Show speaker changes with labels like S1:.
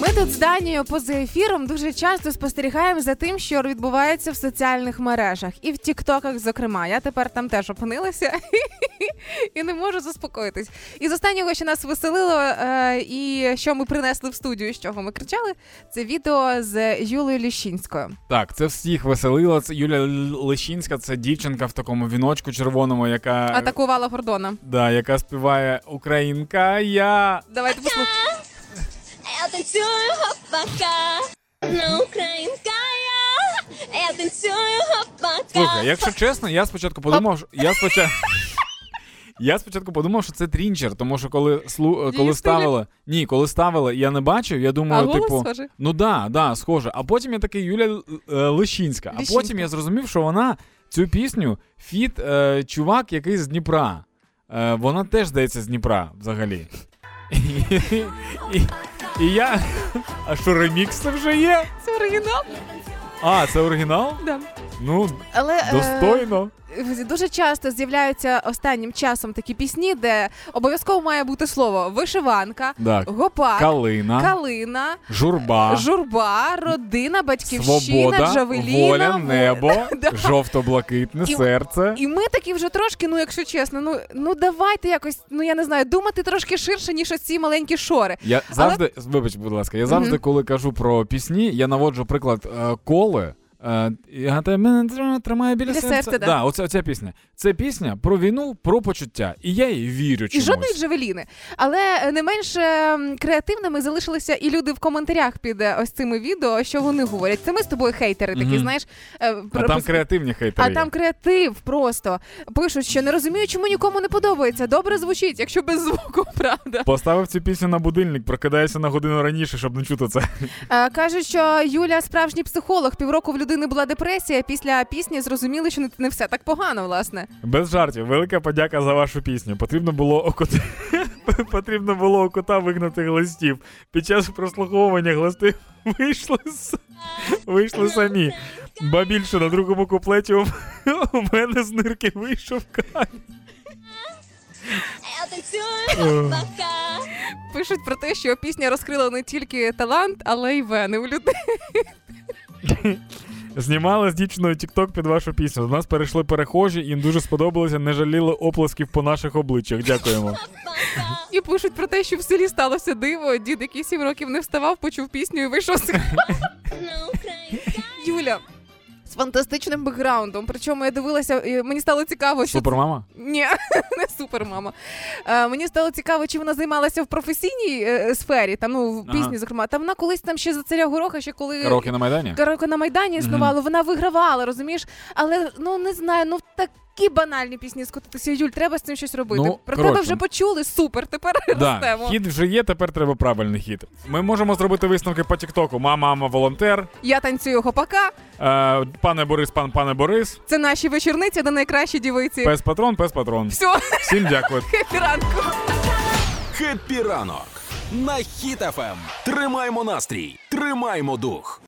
S1: Ми тут з Данією поза ефіром дуже часто спостерігаємо за тим, що відбувається в соціальних мережах і в Тіктоках, зокрема. Я тепер там теж опинилася і не можу заспокоїтись. І з останнього, що нас веселило, е, і що ми принесли в студію, з чого ми кричали, це відео з Юлею Ліщинською.
S2: Так, це всіх веселило. Це Юля Л- Лещинська, це дівчинка в такому віночку червоному, яка,
S1: Атакувала Гордона.
S2: да, яка співає Українка. Я
S1: Давайте послухаємо.
S3: Я танцюю хопака на українка я. Я танцюю хопака.
S2: слухай, якщо чесно, я спочатку подумав, що- я спочатку. Я спочатку подумав, що це трінчер, тому що коли слу...
S1: Її стилі?
S2: коли ставили, ні, коли ставили, я не бачив. Я
S1: А
S2: думаю,
S1: голос
S2: типу,
S1: схожий?
S2: ну да, да, схоже. А потім я такий Юля Л- е, Лещинська. А потім
S1: Лещинська.
S2: я зрозумів, що вона цю пісню фіт е, чувак, який з Дніпра. Е, вона теж здається з Дніпра взагалі. І, і- і я. А що ремікс це вже є?
S1: Це оригінал.
S2: А, це оригінал?
S1: Да.
S2: Ну,
S1: Але е,
S2: достойно.
S1: Дуже часто з'являються останнім часом такі пісні, де обов'язково має бути слово вишиванка,
S2: Так.
S1: гопак,
S2: Калина,
S1: калина,
S2: журба,
S1: журба, родина, батьківщина,
S2: свобода,
S1: джавеліна,
S2: воля,
S1: во-
S2: небо,
S1: Да.
S2: жовто-блакитне
S1: І-
S2: серце.
S1: І ми такі вже трошки, ну якщо чесно, ну ну давайте якось, ну я не знаю, думати трошки ширше, ніж ось ці маленькі шори.
S2: Я
S1: Але-
S2: завжди, вибач, будь ласка, я завжди, коли кажу про пісні, я наводжу приклад е, коли. Е, і гадаю, мене тр- тримає біля
S1: Біля
S2: серця.
S1: серця, да.
S2: да, оце, оця пісня. Це пісня про війну, про почуття. І я їй вірю
S1: І
S2: чомусь.
S1: жодної джавеліни. Але е, не менш ем, креативними залишилися і люди в коментарях під е, ось цими відео, що вони говорять. Це ми з тобою хейтери, такі,
S2: Мгм.
S1: знаєш, е,
S2: А там
S1: пропис-
S2: креативні хейтери.
S1: А там креатив просто пишуть, що не розумію, чому нікому не подобається. Добре звучить, якщо без звуку, правда.
S2: Поставив цю пісню на будильник, прокидаюся на годину раніше, щоб не чути це.
S1: Е, кажуть, що Юля справжній психолог. Півроку в людини була депресія. Після пісні зрозуміли, що не- не все так погано, власне.
S2: Без жартів, велика подяка за вашу пісню. Потрібно було у кота... потрібно було у кота вигнати глистів. Під час прослуховування глисти вийшли с... вийшли самі. Ба більше на другому куплеті у, у мене з нирки вийшов камінь.
S3: Я танцюю хопака.
S1: Пишуть про те, що пісня розкрила не тільки талант, але й вени у людей.
S2: Знімала з дівчиною тікток під вашу пісню. До нас перейшли перехожі, їм дуже сподобалося, не жаліли оплесків по наших обличчях. Дякуємо.
S3: Хопака.
S1: І пишуть про те, що в селі сталося диво. Дід, який сім років не вставав, почув пісню і вийшов з
S3: На українка.
S1: Юля. З фантастичним бекграундом. Причому я дивилася, і мені стало цікаво, що
S2: Супермама?
S1: Ні, не супермама. Е, мені стало цікаво, чи вона займалася в професійній е, сфері, там ну в
S2: Ага.
S1: пісні, зокрема. Там вона колись там ще за царя гороха, ще коли
S2: Караоке на майдані?
S1: Караоке на майдані існувало, вона вигравала, розумієш? Але ну не знаю, ну такі банальні пісні скотитися. Юль, треба з цим щось робити.
S2: Ну,
S1: Про
S2: коротше.
S1: тебе вже почули. Супер, тепер
S2: Да,
S1: ростемо.
S2: хід вже є, тепер треба правильний хід. Ми можемо зробити висновки по Тіктоку. Мама, мама, волонтер.
S1: Я танцюю гопака.
S2: Е, пане Борис, пан пане Борис.
S1: Це наші вечорниці, де найкращі дівиці.
S2: Пес патрон, пес патрон.
S1: Все,
S2: Всім дякую.
S1: хеппі ранку.
S4: Хеппі ранок на хітафем. Ем. Тримаймо настрій, тримаймо дух.